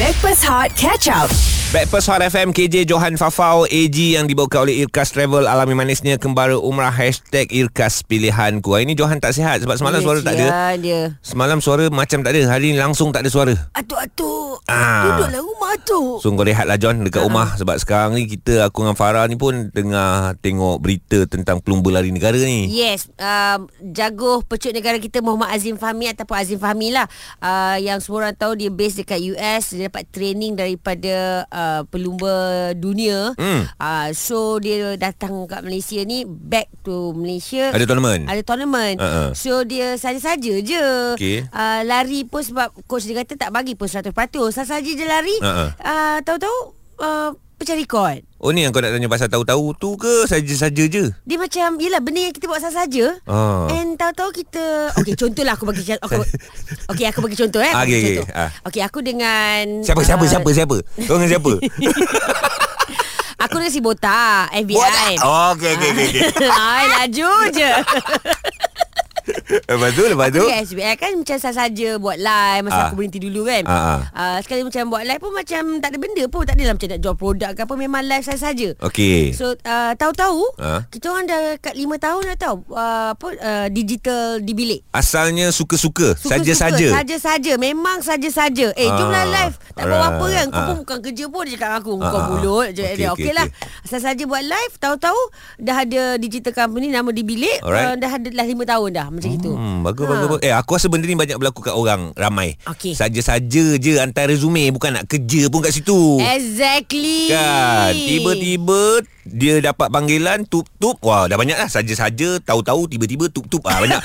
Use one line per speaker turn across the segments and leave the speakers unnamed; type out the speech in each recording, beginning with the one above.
Backpass Hot Catch Up.
Breakfast Hot FM KJ Johan Fafau AG yang dibawa oleh Irkas Travel Alami manisnya Kembara Umrah Hashtag Irkas Pilihanku Hari ni Johan tak sihat Sebab semalam suara tak
ya.
ada
dia.
Semalam suara macam tak ada Hari ni langsung tak ada suara
Atuk-atuk.
Ah.
Duduklah rumah atuk.
So kau rehatlah John
Ha.
Dekat rumah Sebab sekarang ni kita Aku dengan Farah ni pun Tengah tengok berita Tentang pelumba lari negara ni
Yes, uh, jaguh pecut negara kita Muhammad Azim Fahmi ataupun Azim Fahmi lah uh, yang semua orang tahu dia base dekat US, dia dapat training daripada uh, pelumba dunia.
Hmm.
Uh, so dia datang kat Malaysia ni back to Malaysia.
Ada tournament
Ada tournament
Ha, ha.
uh-huh. So dia saja-saja je
Okey.
uh, Lari pun sebab Coach dia kata tak bagi pun 100% Saja-saja je lari
Ha, ha.
uh-huh. uh, Tahu-tahu uh, Pecah rekod
Oh ni yang kau nak tanya pasal tahu-tahu tu ke Saja-saja je
dia macam Yelah benda yang kita buat saja-saja
Ah.
And tahu-tahu kita Okay contohlah aku bagi aku, Okay aku bagi contoh eh
Ah,
Aku bagi
okey,
contoh.
okey. Ah.
okay aku dengan
Siapa, siapa,
ah,
siapa, siapa Kau dengan siapa
Aku dengan si Botak eh, FBI
Botak. Oh, okey, okey, okey, okey.
Ay, laju je
Lepas tu, lepas tu
Aku dekat SBL kan macam saja-saja buat live Masa
Ah.
aku berhenti dulu kan
Ah, ah.
Ah, Sekali macam buat live pun macam tak ada benda pun Tak adalah macam nak jual produk ke apa Memang live saja-saja
Okey
So uh, tahu-tahu
Ah.
Kita orang dah kat 5 tahun dah tau uh, apa, uh, Digital di bilik
Asalnya suka-suka
Suka-suka,
Saja-saja
Saja-saja Memang saja-saja Eh
Ah,
jomlah live Tak buat
alright.
apa kan Kau
Ah.
pun bukan kerja pun Dia cakap dengan aku
Ah,
Kau
ah, ah.
mulut je
Okey,
okay,
okey,
okay, lah Asal saja buat live Tahu-tahu Dah ada digital company Nama di bilik
Alright.
uh, Dah ada dah 5 tahun dah Macam itu
Hmm, bagus, bagus, bagus. Eh, aku rasa benda ni banyak berlaku kat orang ramai.
Okey.
Saja-saja je hantar resume, bukan nak kerja pun kat situ.
Exactly
Kan, tiba-tiba dia dapat panggilan tup-tup. Wah, dah banyak lah. Saja-saja, tahu-tahu tiba-tiba tup-tup. Ah, banyak.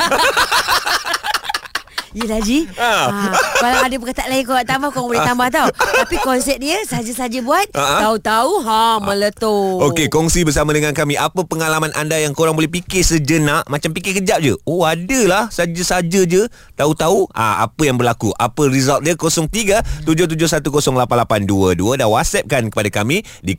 Yelah Ji
Ha.
ha. Kalau ada perkataan lain kau nak tambah Kau boleh tambah tau Tapi konsep dia Saja-saja buat
Ha.
Tahu-tahu ha, Meletup
Okey, kongsi bersama dengan kami. Apa pengalaman anda yang korang boleh fikir sejenak? Macam fikir kejap je. Oh, adalah. Saja-saja je. Tahu-tahu ah, apa yang berlaku. Apa result dia? 03-77108822. Dan WhatsAppkan kepada kami di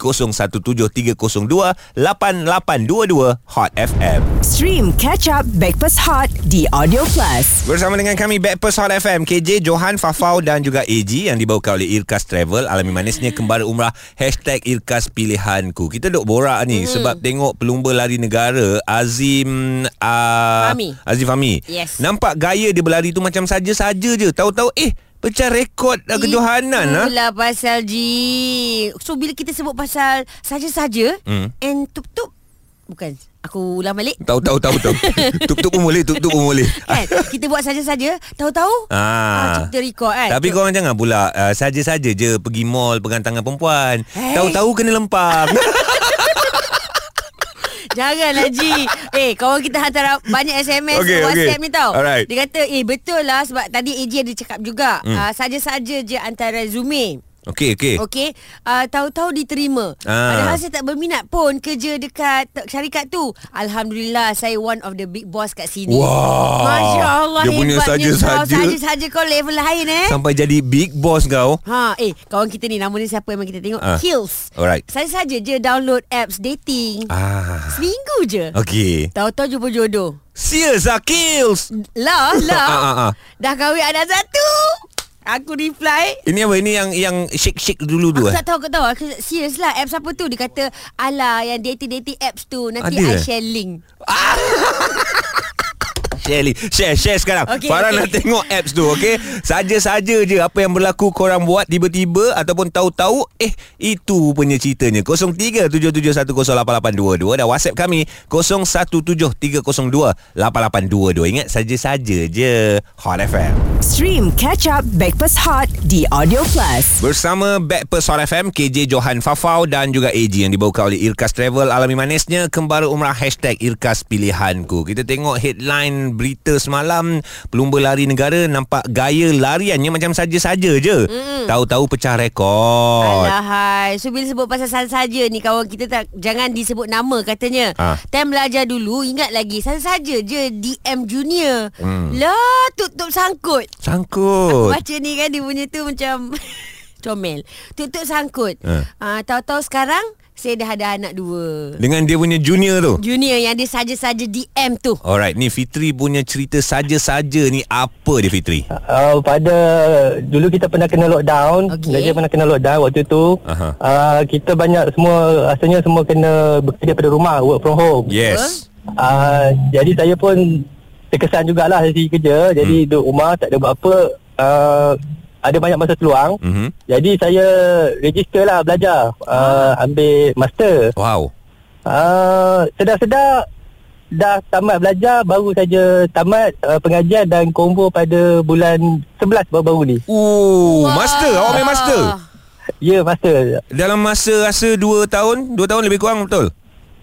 0173028822 Hot FM.
Stream Catch Up Backpass Hot di Audio Plus.
Bersama dengan kami Backpast Hot FM KJ, Johan, Fafau dan juga AG Yang dibawa oleh Irkas Travel Alami manisnya kembali umrah Hashtag Irkas Pilihanku Kita duk borak ni hmm. Sebab tengok pelumba lari negara Azim uh,
Fahmi.
Azim Fahmi
Yes.
Nampak gaya dia berlari tu Macam saja-saja je Tahu-tahu eh Pecah rekod dah kejohanan ha?
Itulah pasal Ji So bila kita sebut pasal Saja-saja
Hmm.
And tup-tup Bukan Aku ulang balik
Tahu tahu tahu tahu. Tutup pun boleh, tutup pun boleh.
Kan Kita buat saja-saja Tahu-tahu
Ah.
Cipta rekod kan
Tapi korang jangan pula uh, saja-saja je pergi mall pegang tangan perempuan.
Hey.
Tahu-tahu kena lempang.
Janganlah Ji Eh kawan kita hantar Banyak SMS okay,
Okey,
WhatsApp
okey.
ni tau
Alright.
Dia kata Eh betul lah Sebab tadi AJ ada cakap juga hmm. uh, Saja-saja je Antara resume
Okey, okey.
Okey uh, Tahu-tahu diterima
Ah.
Padahal saya tak berminat pun Kerja dekat t- syarikat tu Alhamdulillah Saya one of the big boss kat sini
Wah.
Masya Allah
Dia punya
hebatnya kau.
saja-saja.
Saja-saja kau level lain eh
Sampai jadi big boss kau.
Ha, eh kawan kita ni nama ni siapa memang kita tengok
Ah.
uh. Hills.
Alright.
Saja-saja je download apps dating.
Ah.
Seminggu je.
Okey.
Tahu-tahu jumpa jodoh.
Serious lah kills.
Lah,
Ah, ah, ah.
lah. Dah kahwin anak satu. Aku reply.
Ini apa? Ini yang yang shake-shake dulu tu
Aku
eh?
tak tahu, aku tak tahu. Aku serius lah. Apps apa tu? Dia kata, alah yang dating-dating apps tu. Nanti
Ada
Ada. I
eh?
share link.
Share Lee. Share, share sekarang.
Okey,
Okay, Farah
okey.
nak tengok apps tu, okey? Saja-saja je apa yang berlaku korang buat tiba-tiba ataupun tahu-tahu, eh, itu punya ceritanya. 0377108822 dan WhatsApp kami 0173028822. Ingat saja-saja je. Hot FM.
Stream Catch Up Backpass Hot di Audio Plus.
Bersama Backpast Hot FM KJ Johan Fafau Dan juga AG Yang dibawa oleh Irkas Travel Alami manisnya Kembara Umrah Hashtag Irkas Pilihanku Kita tengok headline berita semalam Pelumba lari negara Nampak gaya lariannya Macam saja-saja je mm. Tahu-tahu pecah rekod
Alahai. So bila sebut pasal saja-saja ni kawan kita tak jangan disebut nama katanya.
Ah.
Ha. Time belajar dulu ingat lagi saja-saja je DM junior. Hmm. Lah tutup sangkut.
Sangkut
Baca ni kan dia punya tu macam comel. Tutup sangkut.
Ha.
Ha. tahu-tahu sekarang Saya dah ada anak dua.
Dengan dia punya junior tu
Junior yang dia saja-saja DM tu.
Alright ni Fitri punya cerita saja-saja ni Apa dia Fitri?
Uh, pada dulu kita pernah kena lockdown
Okey.
Malaysia pernah kena lockdown waktu tu
Aha.
uh, kita banyak semua rasanya semua kena bekerja pada rumah work from home
Yes
uh, jadi saya pun terkesan jugalah dari segi kerja jadi hmm. duduk rumah tak ada buat apa uh, ada banyak masa peluang
Mhm.
jadi saya register lah belajar uh, ambil master
Wow
uh, sedar-sedar dah tamat belajar baru saja tamat uh, pengajian dan combo pada bulan 11 baru-baru ni
Ooh,
Wah.
Master Awak main master
Ya master
Dalam masa rasa 2 tahun 2 tahun lebih kurang betul?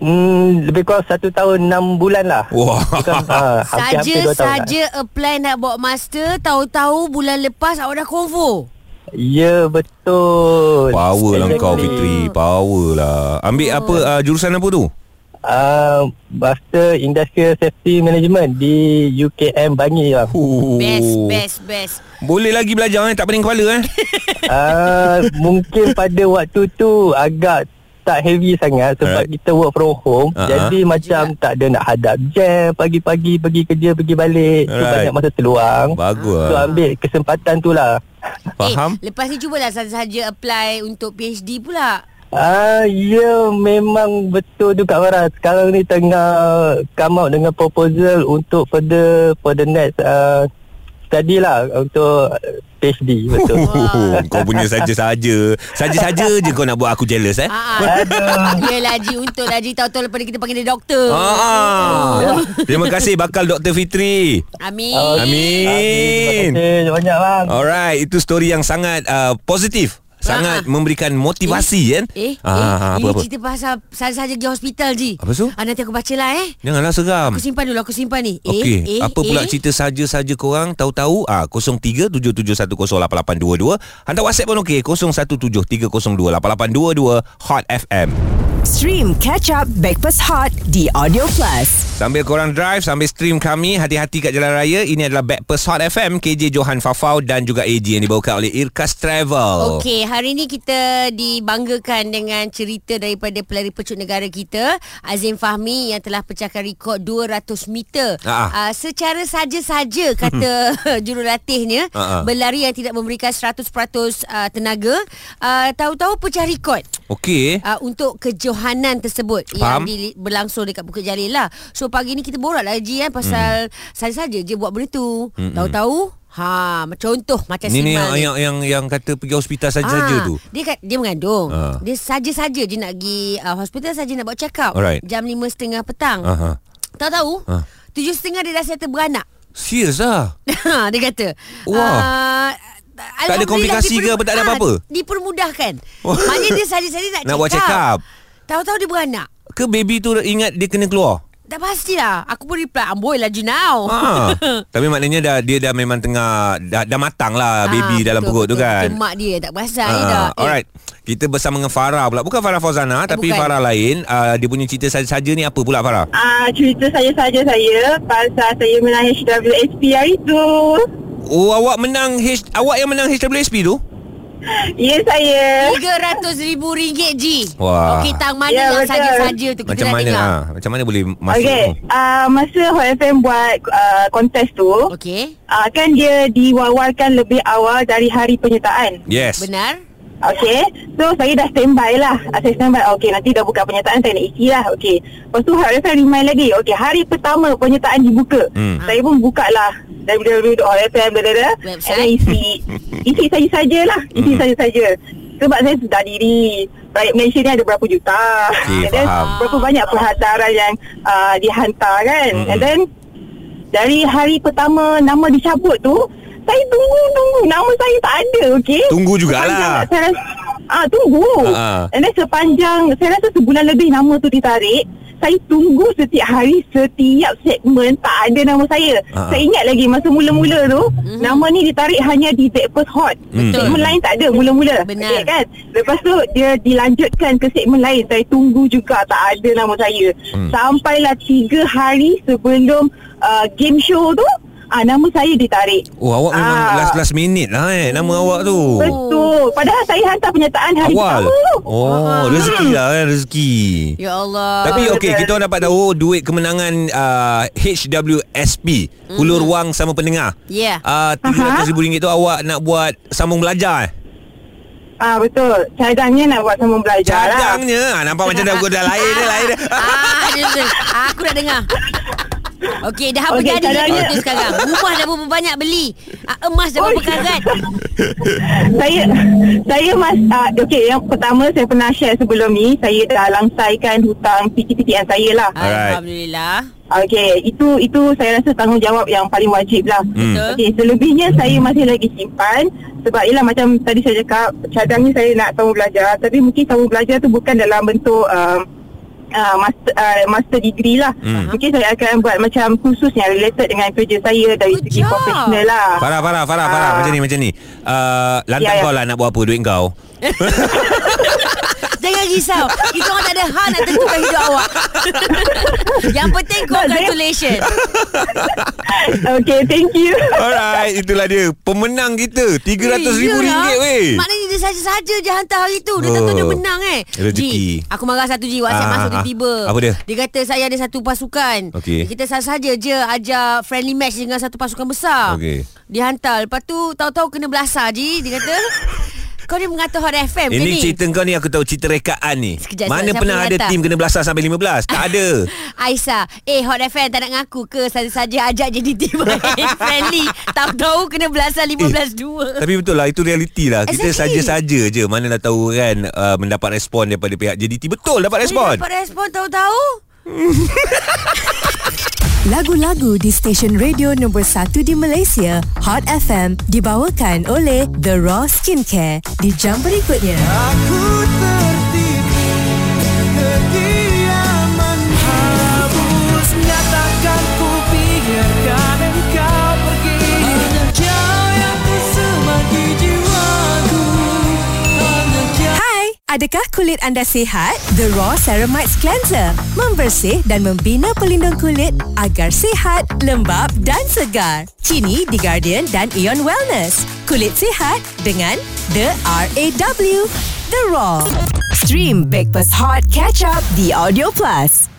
Hmm, lebih kurang satu tahun enam bulan lah.
Wah.
Bukan, ha, hampir-hampir dua tahun lah.
Saja-saja apply nak buat master, tahu-tahu bulan lepas awak dah konvo.
Ya, betul.
Power lah
Exactly.
kau Fitri Power lah Ambil oh. apa uh, Jurusan apa tu?
Uh, Master Industrial Safety Management di UKM Bangi bang.
Ooh.
Best, best, best.
Boleh lagi belajar eh Tak pening kepala eh
uh, mungkin pada waktu tu agak tak heavy sangat sebab
Alright.
kita work from home.
Eh. Ah,
Jadi macam tak ada nak hadap jam pagi-pagi pergi kerja pergi balik. Tu
Alright.
banyak masa terluang.
Bagus
So
lah
ambil kesempatan tu lah.
Faham?
Eh, lepas ni cubalah saja-saja apply untuk PhD pula.
Ah, ya memang betul juga Farah. Sekarang ni tengah come out dengan proposal untuk further for the next uh, study lah untuk PhD betul.
Oh, kau punya saja-saja Saja-saja je kau nak buat aku jealous eh
Ah, ah. Yelah Ji, untuk lah Ji. Tahu-tahu lepas ni kita panggil dia doktor.
Ah, Terima kasih bakal Dr. Fitri
Amin.
Ah. Amin.
Amin
Terima kasih banyak bang.
Alright Itu story yang sangat uh, positif Sangat memberikan motivasi kan
Ah. Eh,
ah,
eh
apa,
ini
apa.
cerita pasal saja-saja pergi hospital Ji.
Apa tu?
Ah, nanti aku baca lah eh.
Janganlah seram
Aku simpan dulu, aku simpan ni. Eh,
Okey,
eh,
apa
eh.
pula cerita saja-saja korang tahu-tahu ah 0377108822 hantar WhatsApp pun okey 0173028822 Hot FM.
Stream Catch Up Backpass Hot di Audio Plus.
Sambil korang drive sambil stream kami hati-hati kat jalan raya ini adalah Backpast Hot FM KJ Johan Fafau dan juga AG yang dibawakan oleh Irkas Travel.
Okey, hari ni kita dibanggakan dengan cerita daripada pelari pecut negara kita, Azim Fahmi yang telah pecahkan rekod 200 meter.
Ah. Hmm.
Uh, secara saja-saja kata jurulatihnya,
Ah, ah.
berlari yang tidak memberikan 100% uh, tenaga, uh, tahu-tahu pecah rekod
Okey.
uh, untuk kejohanan tersebut yang
Faham.
di, berlangsung dekat Bukit Jalil lah. So pagi ni kita borak lah Haji kan pasal
Hmm.
saja-saja je buat benda tu. Tahu-tahu ha contoh macam
Ni ni
Simal
yang, yang yang yang kata pergi hospital saja-saja
Ah,
tu.
Dia kat, dia mengandung.
Ah.
Dia saja-saja je nak pergi uh, hospital saja nak buat check up.
Alright.
Jam 5.30 petang.
Aha.
Tahu-tahu,
Ah.
tujuh setengah dia dah settle beranak.
Serius ah.
dia kata.
Wah.
ah,
Tak ada
Alhamdulillah,
komplikasi ke apa, tak ada
ah,
apa-apa?
dipermudahkan.
Oh.
Maknanya dia saja-saja nak,
Nak buat check up.
Tahu-tahu dia beranak.
Ke baby tu ingat dia kena keluar?
Tak pastilah. Aku pun reply, amboi lah Junau.
Ha. Tapi maknanya dah dia dah memang tengah dah, dah matang
Ah,
lah baby dalam perut tu kan.
Macam mak dia tak perasan
Ah,
uh, dah.
Alright Kita bersama dengan Farah pula Bukan Farah Fauzana eh, Tapi
bukan.
Farah lain uh, Dia punya cerita saja-saja ni Apa pula Farah?
Ah, cerita saya saja saya pasal saya menang HWSP hari tu.
Oh awak menang H, Awak yang menang HWSP tu?
Ya saya.
RM300,000 Ji
Wah.
Okey tang mana
Ya,
yang
betul.
saja-saja tu Kita
macam
nak
mana
dengar
ha, Macam mana boleh masuk
Okey,
tu?
ah, masa Hot FM buat ah, kontes tu,
Okey
ah, kan dia diwawarkan lebih awal dari hari penyertaan.
Yes
Benar
Okey. eh? So saya dah standby lah. Ah, Saya standby. Okey, nanti dah buka penyertaan saya nak isi lah. Okey. Lepas tu Hot FM remind lagi. Okey, hari pertama penyertaan dibuka.
Hmm.
Saya pun buka lah www.hotfm and
Website.
then isi isi saja sajalah. Isi
Hmm.
saja saja. Sebab saya sedar diri rakyat Malaysia ni ada berapa juta.
Okey,
and then
faham.
berapa banyak perhataran yang uh, dihantar kan.
Mm-mm.
And then dari hari pertama nama dicabut tu saya tunggu-tunggu nama saya tak ada okey
Tunggu jugalah.
Sepanjang- saya rasa, ah tunggu
Ha, ha.
uh-huh. and then sepanjang saya rasa sebulan lebih nama tu ditarik saya tunggu setiap hari setiap segmen tak ada nama saya
Ha, ha.
uh-huh. saya ingat lagi masa mula-mula tu uh-huh. nama ni ditarik hanya di Breakfast Hot
Hmm.
segmen lain tak ada mula-mula
Benar.
Okey kan lepas tu dia dilanjutkan ke segmen lain saya tunggu juga tak ada nama saya
Hmm.
sampailah tiga hari sebelum uh, game show tu ah nama saya ditarik.
Oh awak memang
Ah.
last last minute lah eh Nama awak tu
Betul. Padahal saya hantar pernyataan hari
Awal
pertama tu.
Ah.
Oh rezeki lah eh Rezeki
Ya Allah.
Tapi
betul.
okey kita orang dapat tahu duit kemenangan uh, HWSP
Hmm.
Hulur Ruang sama pendengar.
Ya.
Ah
Aha.
RM700,000 tu awak nak buat sambung belajar eh.
Ah betul. Cadangnya nak buat sambung belajar lah.
Cadangnya ah, nampak macam dah dah lain dah lain dah.
Ah, dia, dia. Ah, aku nak dengar. Okey, dah apa
Okey,
jadi
caranya-
tu sekarang? Rumah dah berapa banyak beli? Ah, emas dah berapa
Oi.
karat?
Saya saya mas ah, okey yang pertama saya pernah share sebelum ni saya dah langsaikan hutang PKPTN saya lah. Ah,
Alright.
Alhamdulillah.
Okey, itu itu saya rasa tanggungjawab yang paling wajib lah.
Hmm.
Betul.
Okey, selebihnya saya masih lagi simpan sebab ialah macam tadi saya cakap cadangnya saya nak tahu belajar tapi mungkin tahu belajar tu bukan dalam bentuk um, Uh, master, uh, master degree lah
Hmm.
Mungkin saya akan buat macam kursus yang related dengan kerja saya Dari segi
Good job.
profesional lah
Farah Farah Farah Farah
Ah.
macam ni macam ni. Uh, lantang
Ya, ya.
kau lah nak buat apa duit kau.
Jangan risau. Kita orang tak ada hak nak tentukan hidup awak. Yang penting congratulations.
Okay, thank you
Alright, itulah dia penmenang kita
Eh,
RM300,000
iyalah.
weh.
Maknanya dia saja-saja je hantar hari tu Dia tak tahu
Oh.
dia menang eh
Rezeki.
Ji, Aku marah satu Ji WhatsApp
Ah,
masuk
ah, ah.
tiba-tiba
Apa dia?
Dia kata saya ada satu pasukan
Okey.
Kita saja-saja je ajar friendly match dengan satu pasukan besar
Okey.
Dia hantar Lepas tu tahu-tahu kena belasah Ji Dia kata Kau ni mengatur Hot FM ke
Ini
ni?
cerita kau ni aku tahu cerita rekaan ni.
Sekejap,
Mana
siapa
pernah
yang
ada
datang?
tim kena belasah sampai 15? Tak ada.
Aisyah Eh Hot FM tak nak ngaku ke Saja-saja ajak jadi tim main friendly Tahu-tahu kena belasah
Eh,
15-2
Tapi betul lah Itu realiti lah Kita
Exactly.
saja-saja je Mana dah tahu kan uh, Mendapat respon daripada pihak JDT Betul dapat
Dia
respon
dapat respon tahu-tahu
Lagu-lagu di stesen radio nombor 1 di Malaysia, Hot FM, dibawakan oleh The Raw Skincare di jam berikutnya. Hai, adakah kulit anda sihat? The Raw Ceramides Cleanser membersih dan membina pelindung kulit agar sihat, lembap dan segar. Kini di Guardian dan Ion Wellness. Kulit sihat dengan The RAW. The Raw. Stream Breakfast Hot Catch Up di Audio Plus.